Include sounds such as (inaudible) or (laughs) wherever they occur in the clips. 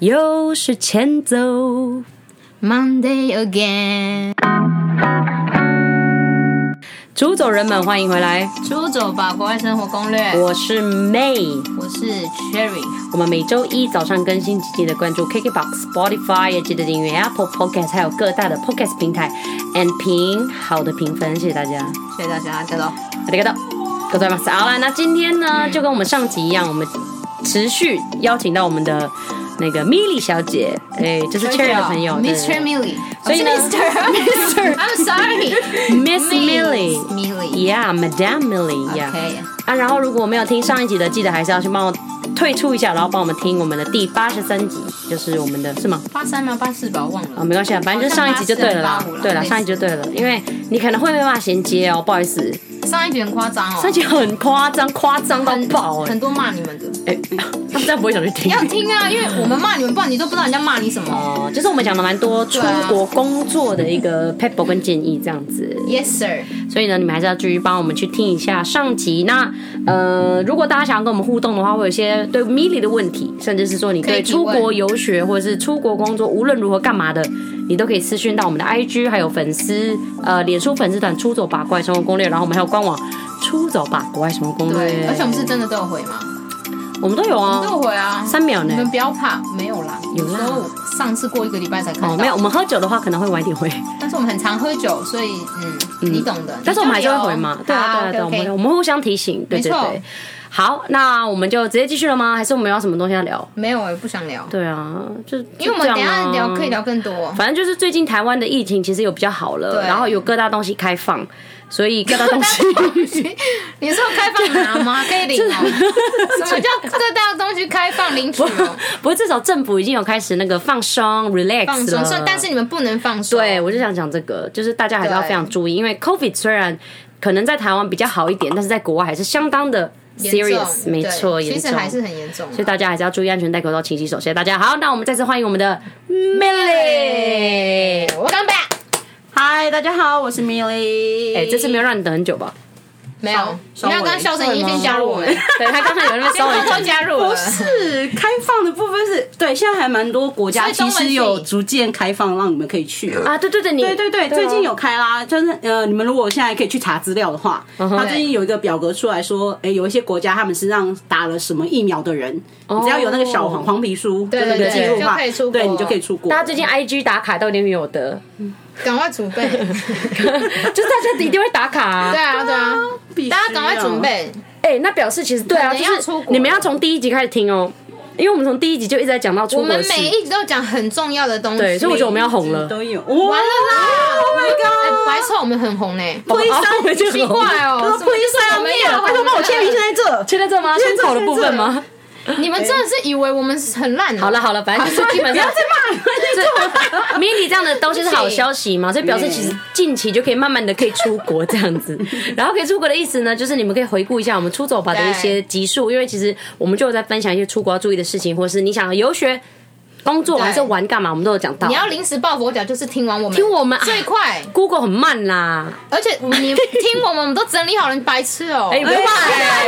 又是前奏。 Monday again，出走人们，欢迎回来，出走吧，国外生活攻略。我是 May。我是 Cherry，我们每周一早上更新，记得关注 KKBox、Spotify，也记得订阅 Apple Podcast，还有各大的 Podcast 平台，and 评好的评分，谢谢大家。谢谢大家，再见。ありがとうございます。好啦，那今天呢，就跟我们上集一样，我们持续邀请到我们的那个 Milly 小姐，哎，这是 Cherry 哦的朋友对，Mr. Milly，所以呢我 (laughs) 是 Mr. I'm sorry，Miss Miss Milly。 Milly，OK， Yeah, Madame Milly. Yeah. 啊，然后如果没有听上一集的，记得还是要去帮我退出一下，然后帮我们听我们的第八十三集，就是我们的是吗？八三吗？八四吧，我忘啊，了。没关系啊，反正就上一集就对了啦哦好像八十。对八了，十上一集就对了，因为你可能会被骂衔接哦，不好意思，上一集很夸张哦，上一集很夸张，夸张到很爆哎、很多骂你们的。哎，他们真的不会想去听要。听啊，因为我们骂你们，不然你都不知道人家骂你什么。哦，就是我们讲了蛮多出对啊国工作的一个 p e p l e 跟建议这样子， Yes sir，所以呢，你们还是要继续帮我们去听一下上集。那呃，如果大家想要跟我们互动的话，会有一些对 Milly 的问题，甚至是说你可对以提出问国游学或者是出国工作，无论如何干嘛的，你都可以私讯到我们的 IG，还有粉丝呃脸书粉丝团“出走吧国外生活攻略”，然后我们还有官网“出走吧国外生活攻略对，”，而且我们是真的都有回嘛，我们都有都啊，有回啊。三秒你呢哦们。不要怕，没有啦，有啦时候上次过一个礼拜才看到，哦，没有，我们喝酒的话可能会晚一点 (laughs) 回。但是我们很常喝酒，所以嗯，你懂的。但是我们还是会回嘛好，对啊，对啊，对啊，我哦 OK，OK 们我们互相提醒，对对没错对。好，那我们就直接继续了吗？还是我们有什么东西要聊？没有，我也不想聊，对啊，就啊因因为我们等一下聊可以。聊更多。反正就是最近台湾的疫情其实有比较好了，对然后有各大东西开放，所以各大东 (laughs) 西你说开放拿吗？ (laughs) 可以领哦。什么叫各大东西开放领 (laughs) 取哦？不过至少政府已经有开始那个放松 relax 放松，了所以但是你们不能放松。对，我就想讲这个，就是大家还是要非常注意，因为 COVID 虽然可能在台湾比较好一点，但是在国外还是相当的严重 serious，没对错，严其实重。还是很严重啊。所以大家还是要注意安全，戴口罩，勤洗手。谢谢大家。好，那我们再次欢迎我们的 Milly。我刚啊 back，嗨，大家好，我是 Milly。哎、这次没有让你等很久吧？没有，稍没微有，刚刚笑声已经先加入我们，对他刚才有那边稍偷偷微加入不了。是开放的部分是对，现在还蛮多国家所以中其文实系有逐渐开放，让你们可以去了。啊，对对对，你对对对，最近有开啦，就是呃，你们如果现在可以去查资料的话，嗯他最近有一个表格出来说，哎、有一些国家他们是让打了什么疫苗的人，你只要有那个小黄黄皮书，就哦对是那对个记对录的就话可以出国，对你就可以出国。大家最近 IG 打卡都一定有的， (laughs) 赶快准备。就是大家一定会打卡啊。对啊，对啊，必须大家赶快要准。备。哎、那表示其实对啊，可就能要是出国你们要从第一集开始听哦，因为我们从第一集就一直在讲到出我国们的事，每一集都讲很重要的东西，对，所以我觉得我们要红了。都有，完完了啦 Oh my god！哎白臭我们很红嘞，推 (laughs) 哦我上们就奇很红啊 (laughs) 怪 (laughs) 哦，推啊上面，快拜托帮我签名，现在这。现在这吗？现在胸这口的部分吗？你们真的是以为我们很烂？好了，好了，反正就是基本上不要再骂 mini 这样的东西是好消息嘛，所以表示其实近期就可以慢慢的可以出国这样 (laughs) 子，然后可以出国的意思呢，就是你们可以回顾一下我们出走吧的一些集数，因为其实我们就有在分享一些出国要注意的事情，或是你想要游学、工作对还是玩干嘛，我们都有讲到你。要临时抱佛脚，就是听完我们，听我们啊最快， Google 很慢啦，而且你听我们，我们都整理好了，你白痴哦。 (laughs) 哎，不要对骂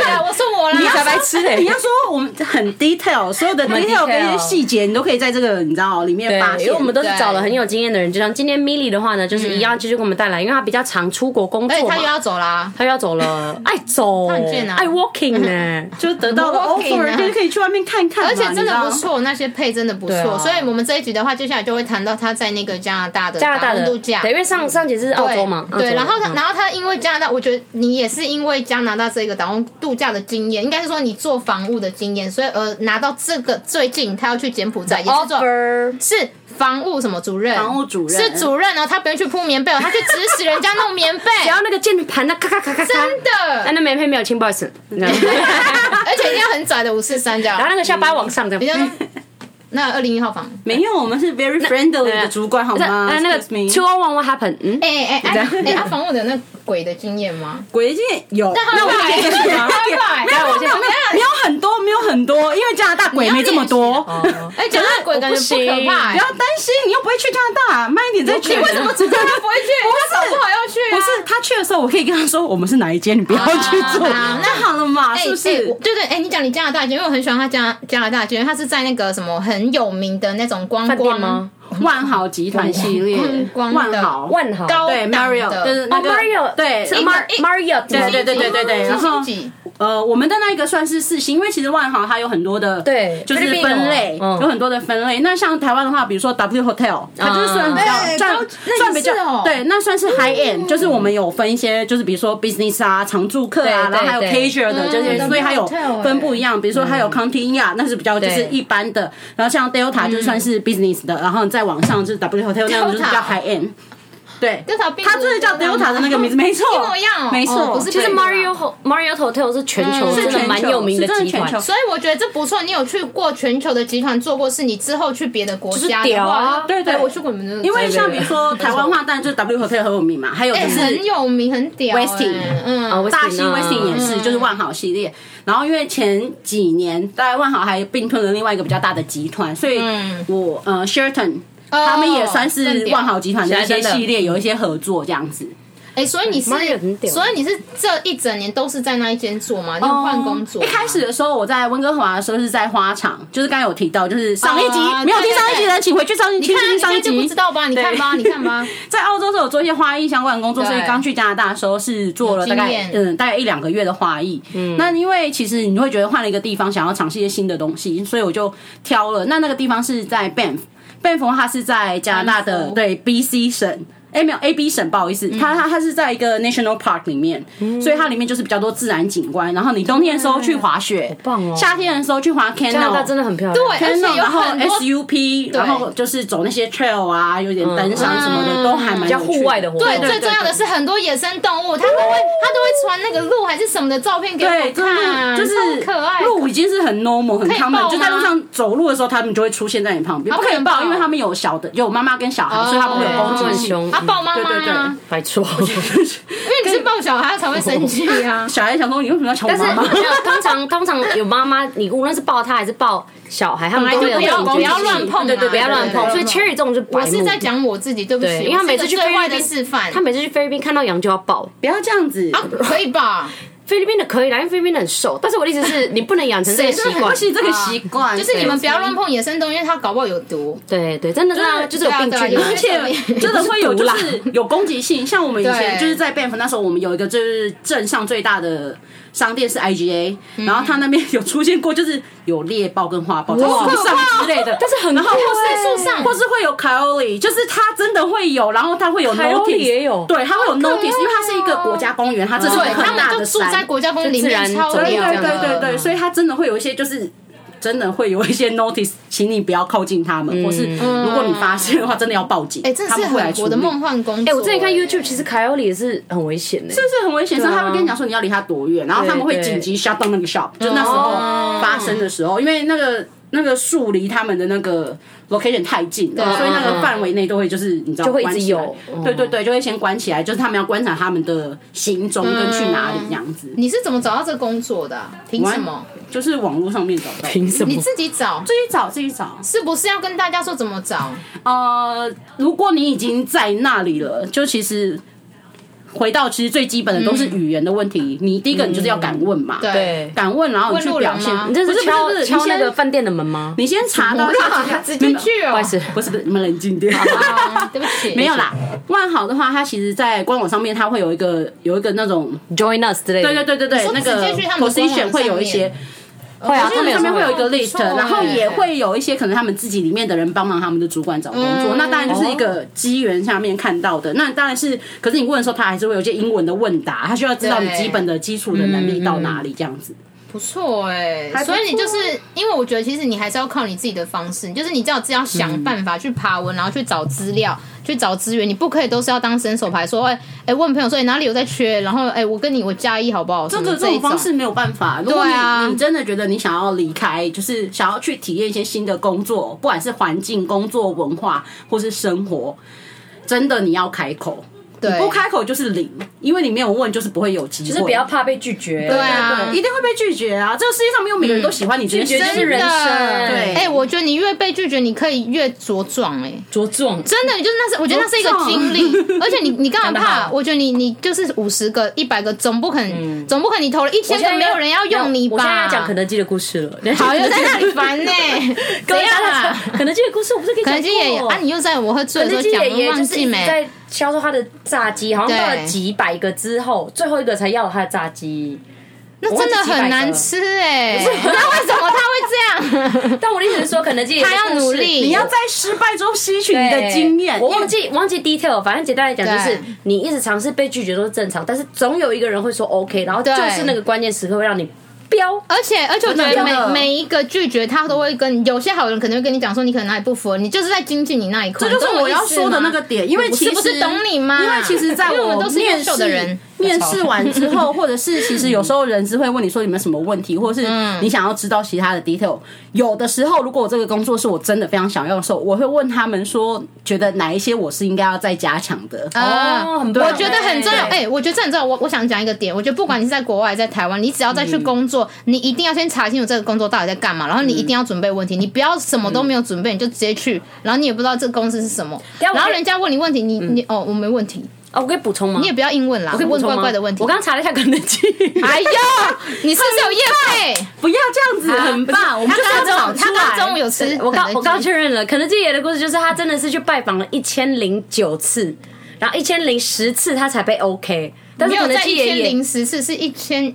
啦，我说我你啦，才白痴嘞哎你！要说我们很 detail，所有的 detail 跟一些细节，你都可以在这个你知道哦里面对嗯发，哎因现。为我们都是找了很有经验的人，就像今天 Milly 的话呢，就是一样继续给我们带来，因为她比较常出国工而且作他又嘛，要走 (laughs) 啦，他要走了，爱走，他很贱啊爱 walking 呢、就得到了 Walking 啊 offer，就是可以去外面看看嘛，而且真的不你知道。错，那些配真的不对啊错，所以我们这一集的话，接下来就会谈到他在那个加拿大的加拿大的 (laughs) 打工度假嗯对，。因为上上节是澳洲嘛，澳洲对，然后他，嗯然后他因为加拿大，我觉得你也是因为加拿大这个打工度假的经验，应该是说你做房务的经验，所以呃拿到这个最近他要去柬埔寨，也是做 offer 是房务什么主任，房务主任是主任哦，他不用去铺棉被哦，他去指使人家弄棉被，然后那个键盘那咔咔咔咔咔，哎真哎，的，嗯那棉被没有轻，不好意 (laughs) 思，然后而且一定要很窄的五四三这样，那个下巴往上这比较样。那二零一号房，没有，我们是 very friendly 啊的主管好吗？嗯呃那那个 Excuse two me o one what happened？嗯，哎哎哎哎哎，他房务的那鬼的经验吗？鬼界有，但他那我会可以来去吗？他会来没有没有没有没有很多，没有很多，因为加拿大鬼没这么多。哎，讲到贵，感觉不可怕、哎不要担心，你又不会去加拿大，慢一点再去。你为什么知道他不会 (laughs) 去？他早不好要去、啊，不是他去的时候，我可以跟他说我们是哪一间，你不要去做，啊那好了嘛，哎是不哎我是？对对，哎、你讲你加拿大街，因为我很喜欢他加加拿大街，因为他是在那个什么很有名的那种观饭店光吗？？万豪集团系列嗯，光的万豪，万豪高对档的 Mario，就是那哦个，Mario，对是一 Mar 一 Mario，对对对对对对，然后几星级呃，我们的那一个算是四星，因为其实万豪它有很多的，对就是菲律宾有分类，嗯有很多的分类。那像台湾的话，比如说 W Hotel，它就是算比较哎高算那也算比较是哦对，那算是 high end，就是我们有分一些，就是比如说 business 啊、常住客啊，对对然后还有对 casual 的这些，嗯所以它有 W Hotel 分不一样。比如说还有 Continia，那是比较就是对一般的，然后像 Delta 就算是 business 的，然后你再往上就是 W Hotel 那种就是比较 Delta high end。对， Delta 并不它就是叫是 Delta 的那个名字，没错，一模一样哦没哦错，不是其实对 Mario Ho- Mario Hotel 是全球嗯是真的全蛮球有名的是真的集团全，球所以我觉得这不错，你有去过全球的集团做过事，你之后去别的国家就是的屌啊话，对对哎我去过你们的，因为像比如说台湾话，当然就是 W Hotel 很有名嘛，还有哎、就是很有名，很屌、哎 Westin 啊嗯， Westin 大西啊威信也是，就是万豪系列。然后因为前几年，大概万豪还并吞了另外一个比较大的集团，所以嗯我呃 Sheraton。哦他们也算是万豪集团的一些真的系列有一些合作这样子，哎、所以你是 Mario 很，屌所以你是这一整年都是在那一间做吗？你有换工作哦一吗？开始的时候，我在温哥华的时候是在花场，就是刚才有提到，就是上一集哦没有对听对上一集的，请回去上一你听看啊，听你上一看就不集知。道吧？你看吧，你对看 (laughs) 吧，在澳洲是有做一些花艺相关的工作，对所以刚去加拿大的时候是做了有大经概验嗯大概一两个月的花艺。嗯，那因为其实你会觉得换了一个地方，想要尝试一些新的东西，所以我就挑了。那那个地方是在 Banff，Banff 它是在加拿大班的夫对 BC 省。哎，没有 A B 省，不好意思，它它它是在一个 National Park 里面，所以它里面就是比较多自然景观。然后你冬天的时候去滑雪，棒哦夏天的时候去滑 Canal，加拿大真的很漂亮，对，而且有然后很多 SUP，然后就是走那些 trail 啊，有点登山什么的，嗯都还蛮有趣比较户外的活动，对，对最重要的是很多野生动物，它都会它都会传那个鹿还是什么的照片给对，我真的看，就是超可爱的。鹿已经是很 normal 很可以抱 common，吗就在路上走路的时候，他们就会出现在你旁边，啊不可以不能抱，抱因为他们有小的，有妈妈跟小孩，所以他们会有哦攻很击性。凶，啊，抱妈妈对对啊对，。没错。因为你是抱小孩才会生气啊小孩想说你为什么要抢我但是妈妈？没有，通常通常有妈妈，你无论是抱她还是抱小孩，他们都会有本来就警觉不要不要性乱碰啊嗯对对，不要乱碰。对对对所以 Cherry 这种就是白我目是在，讲我自己，对不起，对，因为他每次去我是菲一律个对外的宾示范，他每次去菲律宾看到羊就要抱。不要这样子。啊可以吧？菲律宾的可以啦，因为菲律宾的很瘦，但是我的意思是你不能养成这个习不惯。行，这个习惯就是你们不要对乱碰野生动物，因为它搞不好有毒。 (laughs) 对对，真的是啊就是有对啊病对啊菌啊，有而且 (laughs) 真的会有就是有攻击性，像我们以前对就是在贝 a 那时候，我们有一个就是镇上最大的商店是 IGA，、然嗯后他那边有出现过就是有猎豹跟花豹在哇树上哦之类 (laughs) 的，但是很然后酷或欸是树上或是会有 Coyote，就是它真的会有，然后它会有 Coyote notice，也有对，它会有 notice，因为它是一个国家公园，它这是一个哦对，他很大们就的住在山，国家公园里就自面，然超走对无对聊掉的。对对对，所以它真的会有一些就是。真的会有一些 notice，请你不要靠近他们，或是如果你发现的话，真的要报警。嗯哎，这他是们会来很处我的理梦幻工作。哎、我之前看 YouTube，其实凯欧里也是很危险的、这是很危险，所啊以他会跟你讲说你要离他多远，然后他们会紧急 shut down 那个 shop，就那时候哦发生的时候，因为那个那个树离他们的那个 location 太近了，对所以那个范围内都会就是你知啊道就会一直关起来有嗯对对对，就会先关起来，就是他们要观察他们的行踪跟去哪里这样子，你是怎么找到这工作的啊？凭什么？就是网络上面找到。自己凭什你自己找，找自己找，是不是要跟大家说怎么找？呃，如果你已经在那里了，就其实回到其实最基本的都是语言的问题。你第一个你就是要敢问嘛，嗯对对，敢问，然后你去表问路现人吗。你这不是是敲不是不是敲那你个先饭店的门吗？你先查到他啊直接去不好哦意。思，不是不是，你们冷静点。啊对不起， (laughs) 没有啦，万豪的话，它其实，在官网上面，它会有一个有一个那种， Join us 之类的，对对对对对，说那个直接去他们的官网上 position 面会有一些，对，会啊，他就们是有上面会有一时候个不 list，错欸然后也会有一些可能他们自己里面的人帮忙他们的主管找工作。嗯那当然就是一个机缘下面看到的。那当然是，可是你问的时候，他还是会有一些英文的问答，他需要知道你对基本的基础的能力到哪里这样子。不错哎、还不错所以你就是因为我觉得其实你还是要靠你自己的方式，就是你只要自己要想办法去爬文，然后去找资料，去找资源，你不可以都是要当伸手牌，说哎哎、问朋友说哎、哪里有在缺，然后哎、我跟你我加一好不好？这什个么这这种一方式没有办法。如果你、对啊你真的觉得你想要离开，就是想要去体验一些新的工作，不管是环境、工作文化或是生活，真的你要开口。对不开口就是零，因为你没有问，就是不会有机会。就是不要怕被拒绝。对啊对，一定会被拒绝啊！这个世界上没有每个人都喜欢你这件事拒绝情，就是人生对，对哎、我觉得你越被拒绝，你可以越茁壮、哎，茁壮，真的，你就是那是，我觉得那是一个经历，而且你你干嘛怕？我觉得你你就是五十个、一百个，总不可能，总不可能你投了一我千现在个，没有人要用你吧？我现在要讲肯德基的故事了。好，又在那 (laughs) 里烦呢、啊怎对样啦？肯德基的故事我不是跟你肯讲德基也有过啊，你又在我喝醉肯的时德基候讲，爷我爷忘就是记一直没？在销售他的炸鸡，好像到了对几百个之后，最后一个才要了他的炸 (laughs) 鸡。那真的很难吃哎、那为什么他会这样？ (laughs) 但我的意思是说，肯德基爷爷的他要故事努力你要在失败中吸取你对的经验。我忘记忘记 detail，反正简单来讲就是对，你一直尝试被拒绝都是正常，但是总有一个人会说 OK，然后就对是那个关键时刻会让你飙。而且而且，我觉得真的真每的每一个拒绝他都会跟有些好人可能会跟你讲说，你可能哪里不符合，你就是在精进你那一块。这就你是啊懂我要意思吗说的那个点，因为我其是实不是懂你吗啊因为其实在因为我们都是优面秀试的人面试完之 (laughs) 后，或者是其实有时候人是会问你说你们什么问题，或者是你想要知道其他的 detail。有的时候，如果我这个工作是我真的非常想要的时候，我会问他们说，觉得哪一些我是应该要再加强的。啊哦很棒我觉得很重要。对哎、我觉得这很重要。我我想讲一个点，我觉得不管你是在国外，在台湾，你只要再去工作，你一定要先查清楚这个工作到底在干嘛，然后你一定要准备问题，你不要什么都没有准备你就直接嗯去，然后你也不知道这个公司是什么，下我然后可以人家问你问题，你你哦，我没问题，哦，我可以补充吗？你也不要硬问啦，嗯我可以补问充吗怪怪的问题。我刚查了一下肯德基， (laughs) (laughs) 哎呦，你是不是有业费？啊不要这样子，很棒，我们就是要他找刚出他刚来。中午有吃肯德基，我刚我刚确认了，肯德基爷的故事就是他真的是去拜访了一千零九次，然后一千零十次他才被 OK，但没是有肯德在基一千爷爷零十次是一千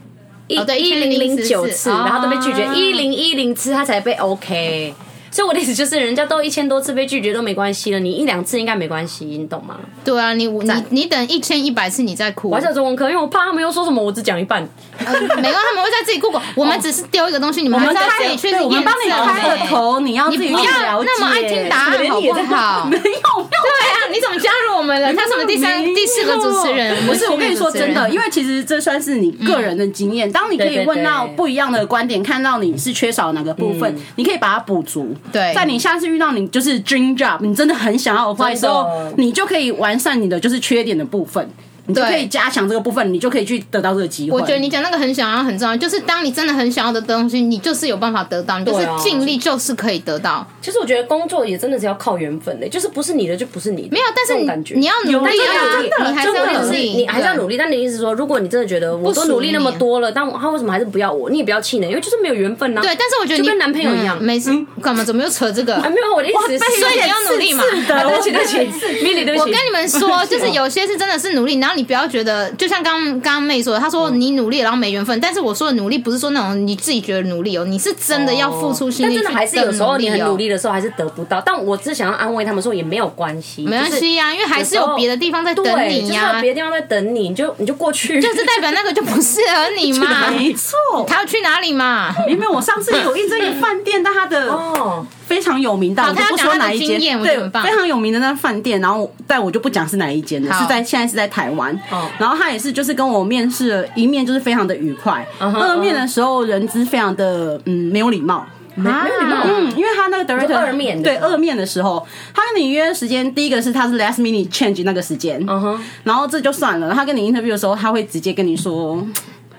一哦对一零零九次， 1014然后都被拒绝，一零一零次他才被 OK。所以我嗯的意思就是，人家都一千多次被拒绝都没关系了，你一两次应该没关系，你懂吗？对啊，你你你等一千一百次你再哭，我还是有中文课，因为我怕他们又说什么，我只讲一半。 (laughs) 呃没有，他们会在自己 Google。我们只是丢一个东西，你们还是要自己去哦对，我们验帮你证开了欸头，你要自己你去不要了解。那么爱听答案好不好没有，没有。对啊，你怎么加入我们了？他是我们第三、没有第四个主持人。不是，我跟你说真的，因为为其实这算是你个人的经验。当你可对对以问到对不一样的观点，看到你是缺少哪个部分，你可以把它补足。嗯对在你下次遇到你就是 dream job，你真的很想要的话的时候哦真的，你就可以完善你的就是缺点的部分，你就对可以加强这个部分，你就可以去得到这个机会。我觉得你讲那个很想要很重要，就是当你真的很想要的东西，你就是有办法得到，你就是对啊尽力就是可以得到。其实我觉得工作也真的是要靠缘分的，就是不是你的就不是你的，没有，但这种是感觉你你要努力啊，真的你还是重要点努是力，你还是要努力。力。但你的意思是说，如果你真的觉得我都不属于努力那么你多了，但我他为什么还是不要我？你也不要气馁，因为啊就是没有缘分呐、对，但是我觉得就你跟男朋友一样。嗯没事，干嘛？怎么又扯这个？嗯啊，没有，我的意思是，所以你要努力嘛哎是的，对不起，对不起，米莉，对不我起跟。你 (laughs) 们说，就是有些是真的是努力，然后你不要觉得，就像刚刚刚妹说的，她说你努力然后没缘分，但是我说的努力不是说那种你自己觉得努力哦，你是真的要付出心哦但力去真的还是有时候你很哦努，力的时候还是得不到，但我只是想要安慰他们说也没有关系，没关就是系呀、啊因为还是有时有候别的地方在等对，就你是呀、有别的地方在等你，你就你就过去， (laughs) 就是代表那个就不适合你 (laughs) 嘛。没错。他要去哪里嘛？因为我上次有应征一个饭店，但他的哦，非常有名的，好我就他要不讲说他的哪一经验间，我觉对得很，棒非常有名的那饭店，然后但我就不讲是哪一间了，好是在现在是在台湾哦，然后他也是就是跟我面试了一面就是非常的愉快，嗯哼二面的时候人资非常的嗯没有礼貌。啊，嗯，因为他那个 director 二面的嗯对时候二面的时候，他跟你约时间，第一个是他是 last minute change 那个时间，嗯哼，然后这就算了。他跟你 interview 的时候，他会直接跟你说，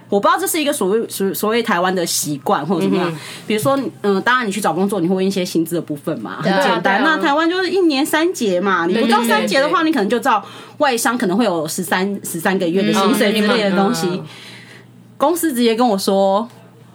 我不知道这是一个所谓所所谓台湾的习惯或者怎么样。比如说，嗯、当然你去找工作，你会问一些薪资的部分嘛，很啊简单。对啊那台湾就是一年三节嘛，你不到三节的话，你可能就照外商可能会有十三十三个月的薪水之类的东西。嗯嗯公司直接跟我说，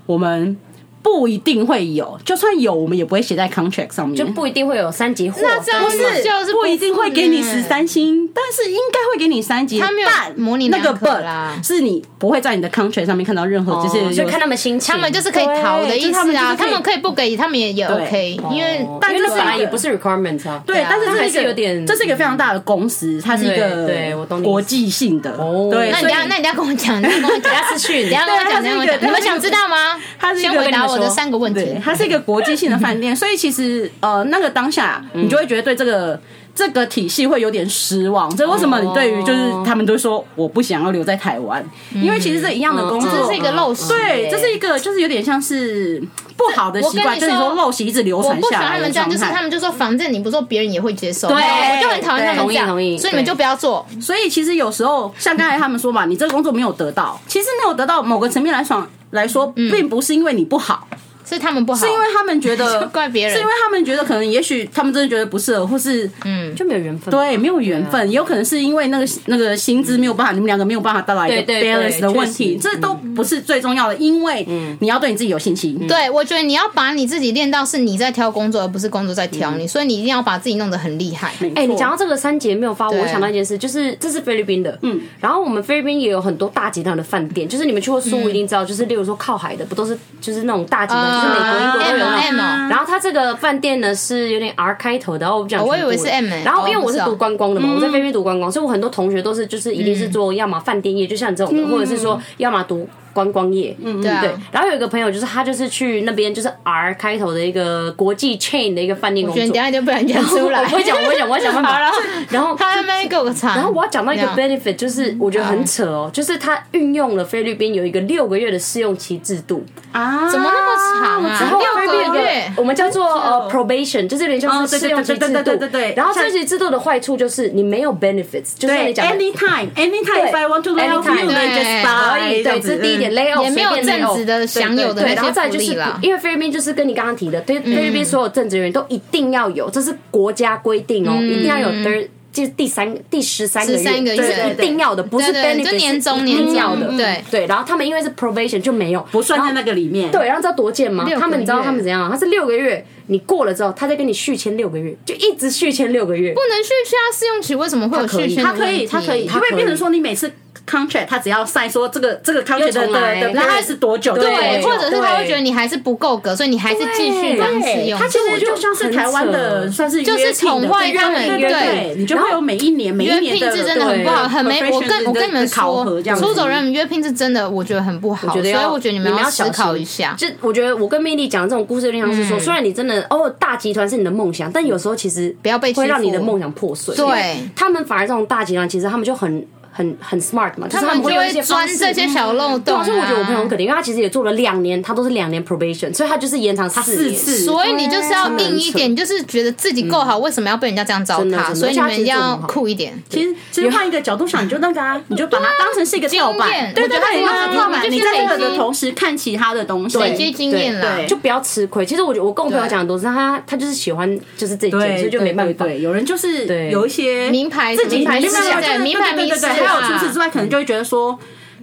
我们。不一定会有，就算有，我们也不会写在 contract 上面，就不一定会有三级货。那这样不是，就是不一定会给你不十是三星，但是应该会给你三级。他没有但模棱那个两可啦 but 是你不会在你的 contract 上面看到任何就是哦有就看他们心情，他们就是可以逃的对意就是他思们啊，就是可他以们可以不给，他们也也 OK，因为哦但因为这那是本来一也个不是 requirement 啊。对，但是那这还是一是个有点这是一个非常大的公司，它是一对个对我懂你意思国际性的哦对，那你等所以一下，那你等一下跟我讲，你等一下跟我讲，等一下私 (laughs) 讯等一下跟我对讲，它是等一下跟我一讲，个你们它是一想个知道吗？它是一先个回答跟你我们的说三个问对题，。 (laughs) 嗯它是一个国际性的饭店，所以其实呃，那个当下你就会觉得对这个这个体系会有点失望。这为什么你对于就是他们都说我不想要留在台湾，因为其实这一样的工作，嗯这是一个陋习对，欸这是一个就是有点像是不好的习惯，这就我跟是你说说陋习一直流我传不喜下欢来他的们这样，状就是他态。们就说反正你不做，别人也会接受。对我就很讨厌他们这样，同意同意所以你们就不要做。所以其实有时候像刚才他们说嘛，你这个工作没有得到，其实没有得到某个层面来说来说，并不是因为你不好，是他们不嗯好，是因 (laughs) 为他们觉得怪别人是因为他们觉得可能也许他们真的觉得不适合，或是嗯，就没有缘分。对，没有缘分，也有可能是因为那个那个薪资没有办法，你们两个没有办法达到一个对对对 balance 的问题，确这都不是最重要的，因为你要嗯对你自己有信心。对，我觉得你要把你自己练到是你在挑工作，而不是工作在挑嗯你，所以你一定要把自己弄得很厉害。哎、你讲到这个三节没有发，对我想到一件事，就是这是菲律宾的，嗯，然后我们菲律宾也有很多大集团的饭店，就是你们去过苏一定知道，就是例如说靠海的，不都是就是那种大集团，就是啊美国、英国都有那种 M 哦嗯然后它这个饭店呢是有点 R 开头的，然后我不讲全部了、哦我以为是 M 欸然后因为我是哦不是读哦观光的嘛，我在菲律宾读观光，所以我很多同学都是就是一定是嗯做要么饭店业，就像你这种的，或者是说要么读观光业，嗯对啊对。然后有一个朋友就是他就是去那边就是 R 开头的一个国际 chain 的一个饭店工我觉得作你等一。下就不然讲出 (laughs) (laughs) 来。我会讲，我会 (laughs) 讲，我会想办法。好然后嗯然后他在那边给我个惨。然后我要讲到一个这样 benefit，就是我觉得很扯哦，就是他运用了菲律宾有一个六个月的试用期制度，啊，怎么那么长啊？然后菲律宾有六一个个月，我们叫做呃 probation，就是有点像哦是对试用期制度。对对对对对对然后试用期制度的坏处就是你没有 benefits，就是像你对讲的。 ，anytime anytime if I want to love anytime， you, 对 then just 可 bye，以，对，这样这子是第一点嗯 lay off，也没有随便 lay 正 off 职的享有的对，然后那再来些福就是利啦。因为菲律宾就是跟你刚刚提的，对菲律宾嗯所有政职人员都一定要有，这是国家规定哦，一定要有 third。就是第三、第十三个月， 13个月这是一定要的，不是对 benefit，对就年终是一定要年的终，对对。然后他们因为是 probation 就没有，嗯不算在那个里面。对，然后知道多贱吗嗯六？个他们你知道月他们怎样啊？他是六个月，你过了之后，他再跟你续签六个月，就一直续签六个月。不能续签啊，试用期为什么会有续签？他可以，他可以，因为变成说你每次 contract 他只要 sign 说这个这个 contract 又的重来的的然后 period 是多久，对，对或者是他会觉得你。你还是不够格，所以你还是继续当使用他者。其实就像是台湾的，算是就是宠坏他让们对对对，你就会有每一年每一约年聘制真的很不好，很没。我跟我跟你们说，出走人约聘制真的我觉得很不我好，觉所得以要，我觉得你们们要小心思考一下。嗯就我觉得我跟 Mandy 讲的这种故事，有点像是说，虽然你真的哦，大集团是你的梦想，但有时候其实不要被欺负会让你的梦想破碎。对因为他们反而这种大集团，其实他们就很很很 smart 嘛，就是他他们们就会用一会些钻方式这些小漏对洞、啊，啊，所以我觉得我朋友很可怜，因为他其实也做了两年，他都是两年 probation，所以他就是延长四四年。次，所以你就是啊要硬一点，你就是觉得自己够好，为什么要被人家这样糟嗯真的真蹋？的所以你们一定而且他其实做得要很好酷一点。其实其实换一个角度想，你就那个啊，你就把它当成是一个跳板，对对对，跳板。你在这个的同时看其他的东西，累积经验啦对，就不要吃亏。其实我觉得我跟我朋友讲的都是他，他就是喜欢就是这一件，所以就没办法。对，有人就是有一些名牌自己名牌名是牌，在名牌对名对师对，啊还有除此之外，可能就会觉得说。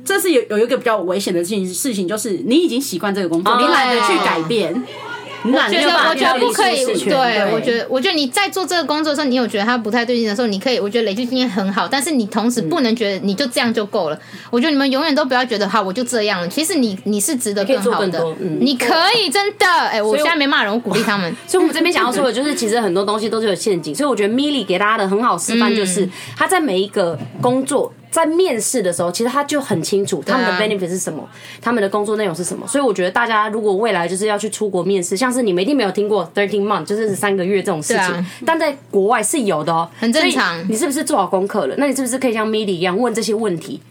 这是有有一个比较危险的事情，事情就是你已经习惯这个工作，你懒得去改变，你懒得觉去得改我觉得变不可以，舒适圈对我觉得，我觉得你在做这个工作的时候，你有觉得它不太对劲的时候，你可以，我觉得累积经验很好，但是你同时不能觉得你就这样就够了。嗯我觉得你们永远都不要觉得好，我就这样了。其实你你是值得更你可以好的做更多，嗯你可以真的。哎，我现在没骂人，我鼓励他们。所以我们这边想要说的就是，其实很多东西都是有陷阱。所以我觉得 Milly 给大家的很好示范嗯就是，他在每一个工作。在面试的时候，其实他就很清楚他们的对啊 benefit 是什么，他们的工作内容是什么。所以我觉得大家如果未来就是要去出国面试，像是你们一定没有听过 thirteen month，就是三个月这种事情，对啊但在国外是有的哦，很正常所以你是不是做好功课了？那你是不是可以像 Milly 一样问这些问题？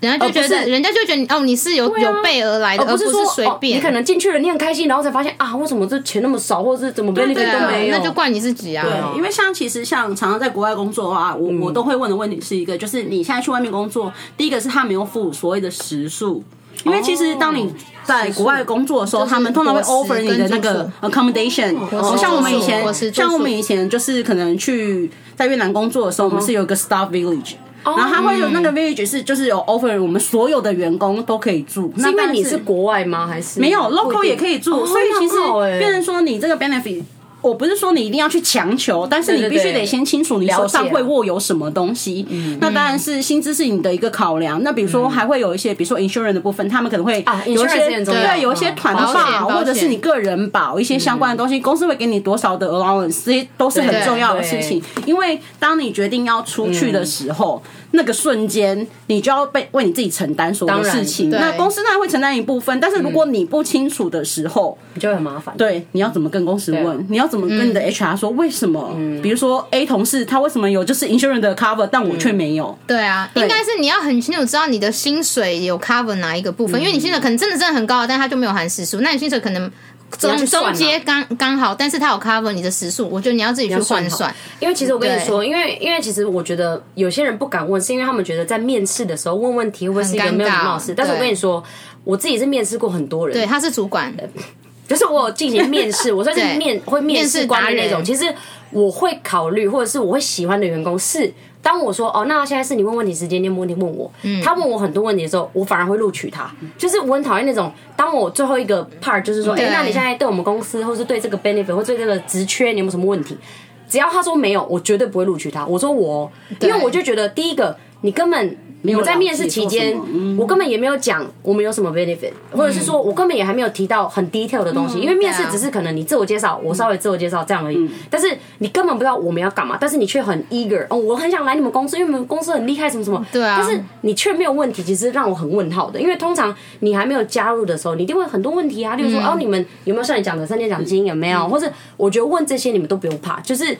人家就觉而得，不是人家就觉得你哦，你是有有备而来的，而而不是说随哦，便。你可能进去了，你很开心，然后才发现啊，为什么这钱那么少，或者是怎么 benefit 对都啊没有？那就怪你自己啊。对，因为像其实像常常在国外工作的话，我、我都会问的问题是一个，就是你现在去外面工作，第一个是他没有付所谓的时数。因为其实当你在国外工作的时候，时数他们通常会就是伙食 offer 你的那个 accommodation，哦食像我们以伙食前，住宿像我们以前就是可能去在越南工作的时候，我们是有一个 staff village，然后他会有那个 village 是就是有 offer 我们所有的员工都可以住，那是因为当然你是国外吗？还是没有 local 也可以住，哦所以其实那很好欸变成说你这个 benefit。我不是说你一定要去强求，但是你对对必须对得先清楚你手上了解嗯会握有什么东西。那当然是薪资是你的一个考量。那比如说还会有一些，比如说 insurance 的部分，他们可能会啊有一 insurance 也些很重要对有一些团保险保保或者是险你个人保一些相关的东西，公司会给你多少的 allowance，这些都是对很重要的对嗯事情。因为当你决定要出去的时候，那个瞬间你就要被为你自己承担所有当的然事情。对那公司当然会承嗯担一部分，但是如果你不清楚的时候，就会很麻烦。对，你要怎么跟公司嗯对啊问？你要怎么跟你的 HR 说为什么？比如说 A 同事他为什么有就是 insurance 的 cover，但我却没有？对啊，应该是你要很清楚知道你的薪水有 cover 哪一个嗯部分，因为你薪水可能真的真的很高，但它就没有含时数，那你薪水可能要中去算啊中阶刚刚好，但是它有 cover 你的时数，我觉得你要自己去换好算。因为其实我跟你说，因为因为其实我觉得有些人不敢问，是因为他们觉得在面试的时候问问题会不会是一个很尴尬没有礼貌的事。但是我对跟你说，我自己是面试过很多人，对，他是主管，呃就是我有进行面试，我算是对面会面试官的那种。面试达人其实我会考虑，或者是我会喜欢的员工是，当我说哦，那现在是你问问题时间，你有没有问题问我，嗯他问我很多问题的时候，我反而会录取他。就是我很讨厌那种，当我最后一个 part 就是说，哎对，那你现在对我们公司，或是对这个 benefit，或对这个职缺，你有没有什么问题？只要他说没有，我绝对不会录取他。我说我哦，因为我就觉得第一个，你根本有我在了面试解期做什间么，嗯我根本也没有讲我们有什么 benefit，或者是嗯说我根本也还没有提到很 detail 的东西，因为面试对啊只是可能你自我介绍，我稍微自我介绍这样而嗯已。但是你根本不知道我们要干嘛，但是你却很 eager 哦，我很想来你们公司，因为你们公司很厉害，什么什么。对啊但是你却没有问题，其实让我很问号的，因为通常你还没有加入的时候，你一定会很多问题啊，例如嗯说、哦，你们有没有像你讲的三天奖金有没有，或者我觉得问这些你们都不用怕，就是。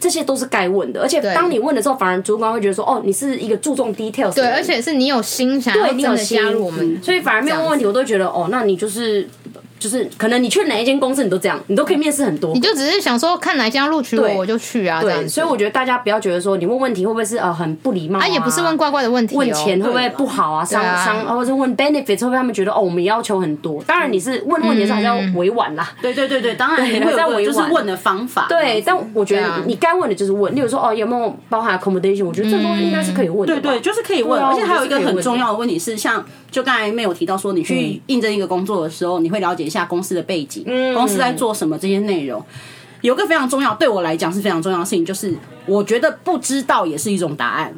这些都是该问的，而且当你问的时候，反而主管会觉得说：“哦，你是一个注重 detail。”对，而且是你有心想要对真你有的加心嗯入我们，所以反而没有问问题，我都觉得哦，那你就是就是，可能你去哪一间公司，你都这样，你都可以面试很多你。就只是想说看哪一家录取我对我就去啊，这样对，子所以我觉得大家不要觉得说你问问题会不会是呃很不礼貌啊，啊也不是问怪怪的问题哦，问钱会不会不好啊，伤啊伤，或者是问 benefits 会不会他们觉得哦我们要求很多？当然你是问问题的时候还是要委婉啦，嗯对对对对，当然你还会在有个委就是婉问的方法。对，但我觉对啊嗯得你该问的就是问，例如说哦有没有包含 accommodation，我觉得这个东西应该是可以问的吧。对对，就是可以对问，啊而且还有一个很重要我的问嗯题是，像就刚才没有提到说，你去应征一个工作的时候，你会了解一下公司的背景，公司在做什么这些内容。有一个非常重要，对我来讲是非常重要的事情，就是我觉得不知道也是一种答案，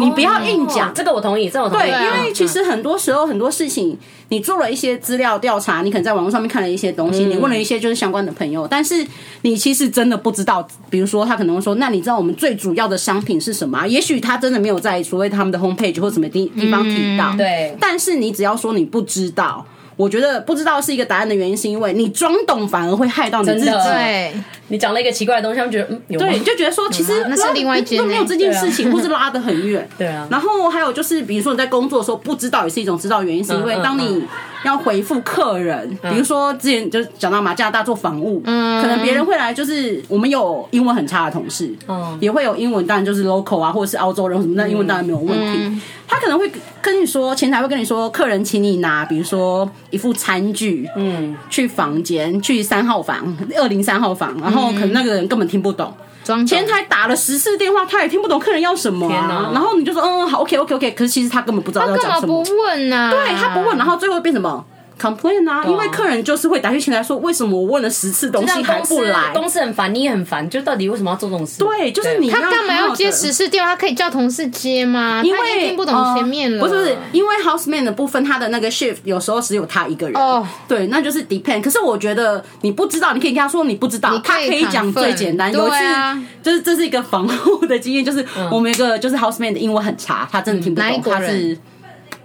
你不要硬讲、讲。这个我同意，这个我同意，对，啊因为其实很多时候很多事情，你做了一些资料调查，你可能在网络上面看了一些东嗯西，你问了一些就是相关的朋友，但是你其实真的不知道，比如说他可能会说，那你知道我们最主要的商品是什么、啊？也许他真的没有在所谓他们的 homepage 或什么地地方提到，嗯对但是你只要说你不知道。我觉得不知道是一个答案的原因，是因为你装懂反而会害到你自己。真的对你讲了一个奇怪的东西，他们觉得嗯有吗对，你就觉得说其实那是另外一间都没有呢这件事情，或是拉得很远。啊 (laughs) 对啊然后还有就是，比如说你在工作的时候不知道，也是一种知道原因，是因为嗯当你嗯要回复客人，比如说之前就是讲到嘛，加拿大做房务，嗯可能别人会来，就是我们有英文很差的同事，嗯也会有英文，当然就是 local 啊，或者是澳洲人什么，那英文当然没有问嗯题。他可能会跟你说，前台会跟你说，客人请你拿，比如说一副餐具，嗯，去房间，去三号房，二零三号房，然后嗯可能那个人根本听不懂。装前前台打了十次电话，他也听不懂客人要什么、天啊哪，然后你就说嗯好 OK OK OK，可是其实他根本不知道要干讲嘛什不么，问啊呢？对他不问，然后最后变什么 complain 啊，因为客人就是会打去前台说为什么我问了十次东让西还公不司来，公司很烦，你也很烦，就到底为什么要做这种事？对，就是你他干嘛好好要地接十次电话？他可以叫同事接吗？因他已为经听不懂前面了。呃不是不是，因为 houseman 的部分，他的那个 shift 有时候只有他一个人，哦对，那就是 depend。可是我觉得你不知道，你可以跟他说你不知道，你可以他可以讲最简单。亢奋有一次对啊，嗯就是这是一个防护的经验，就是我们有一个就是 houseman 的英文很差，他真的听不哪一懂，国他人是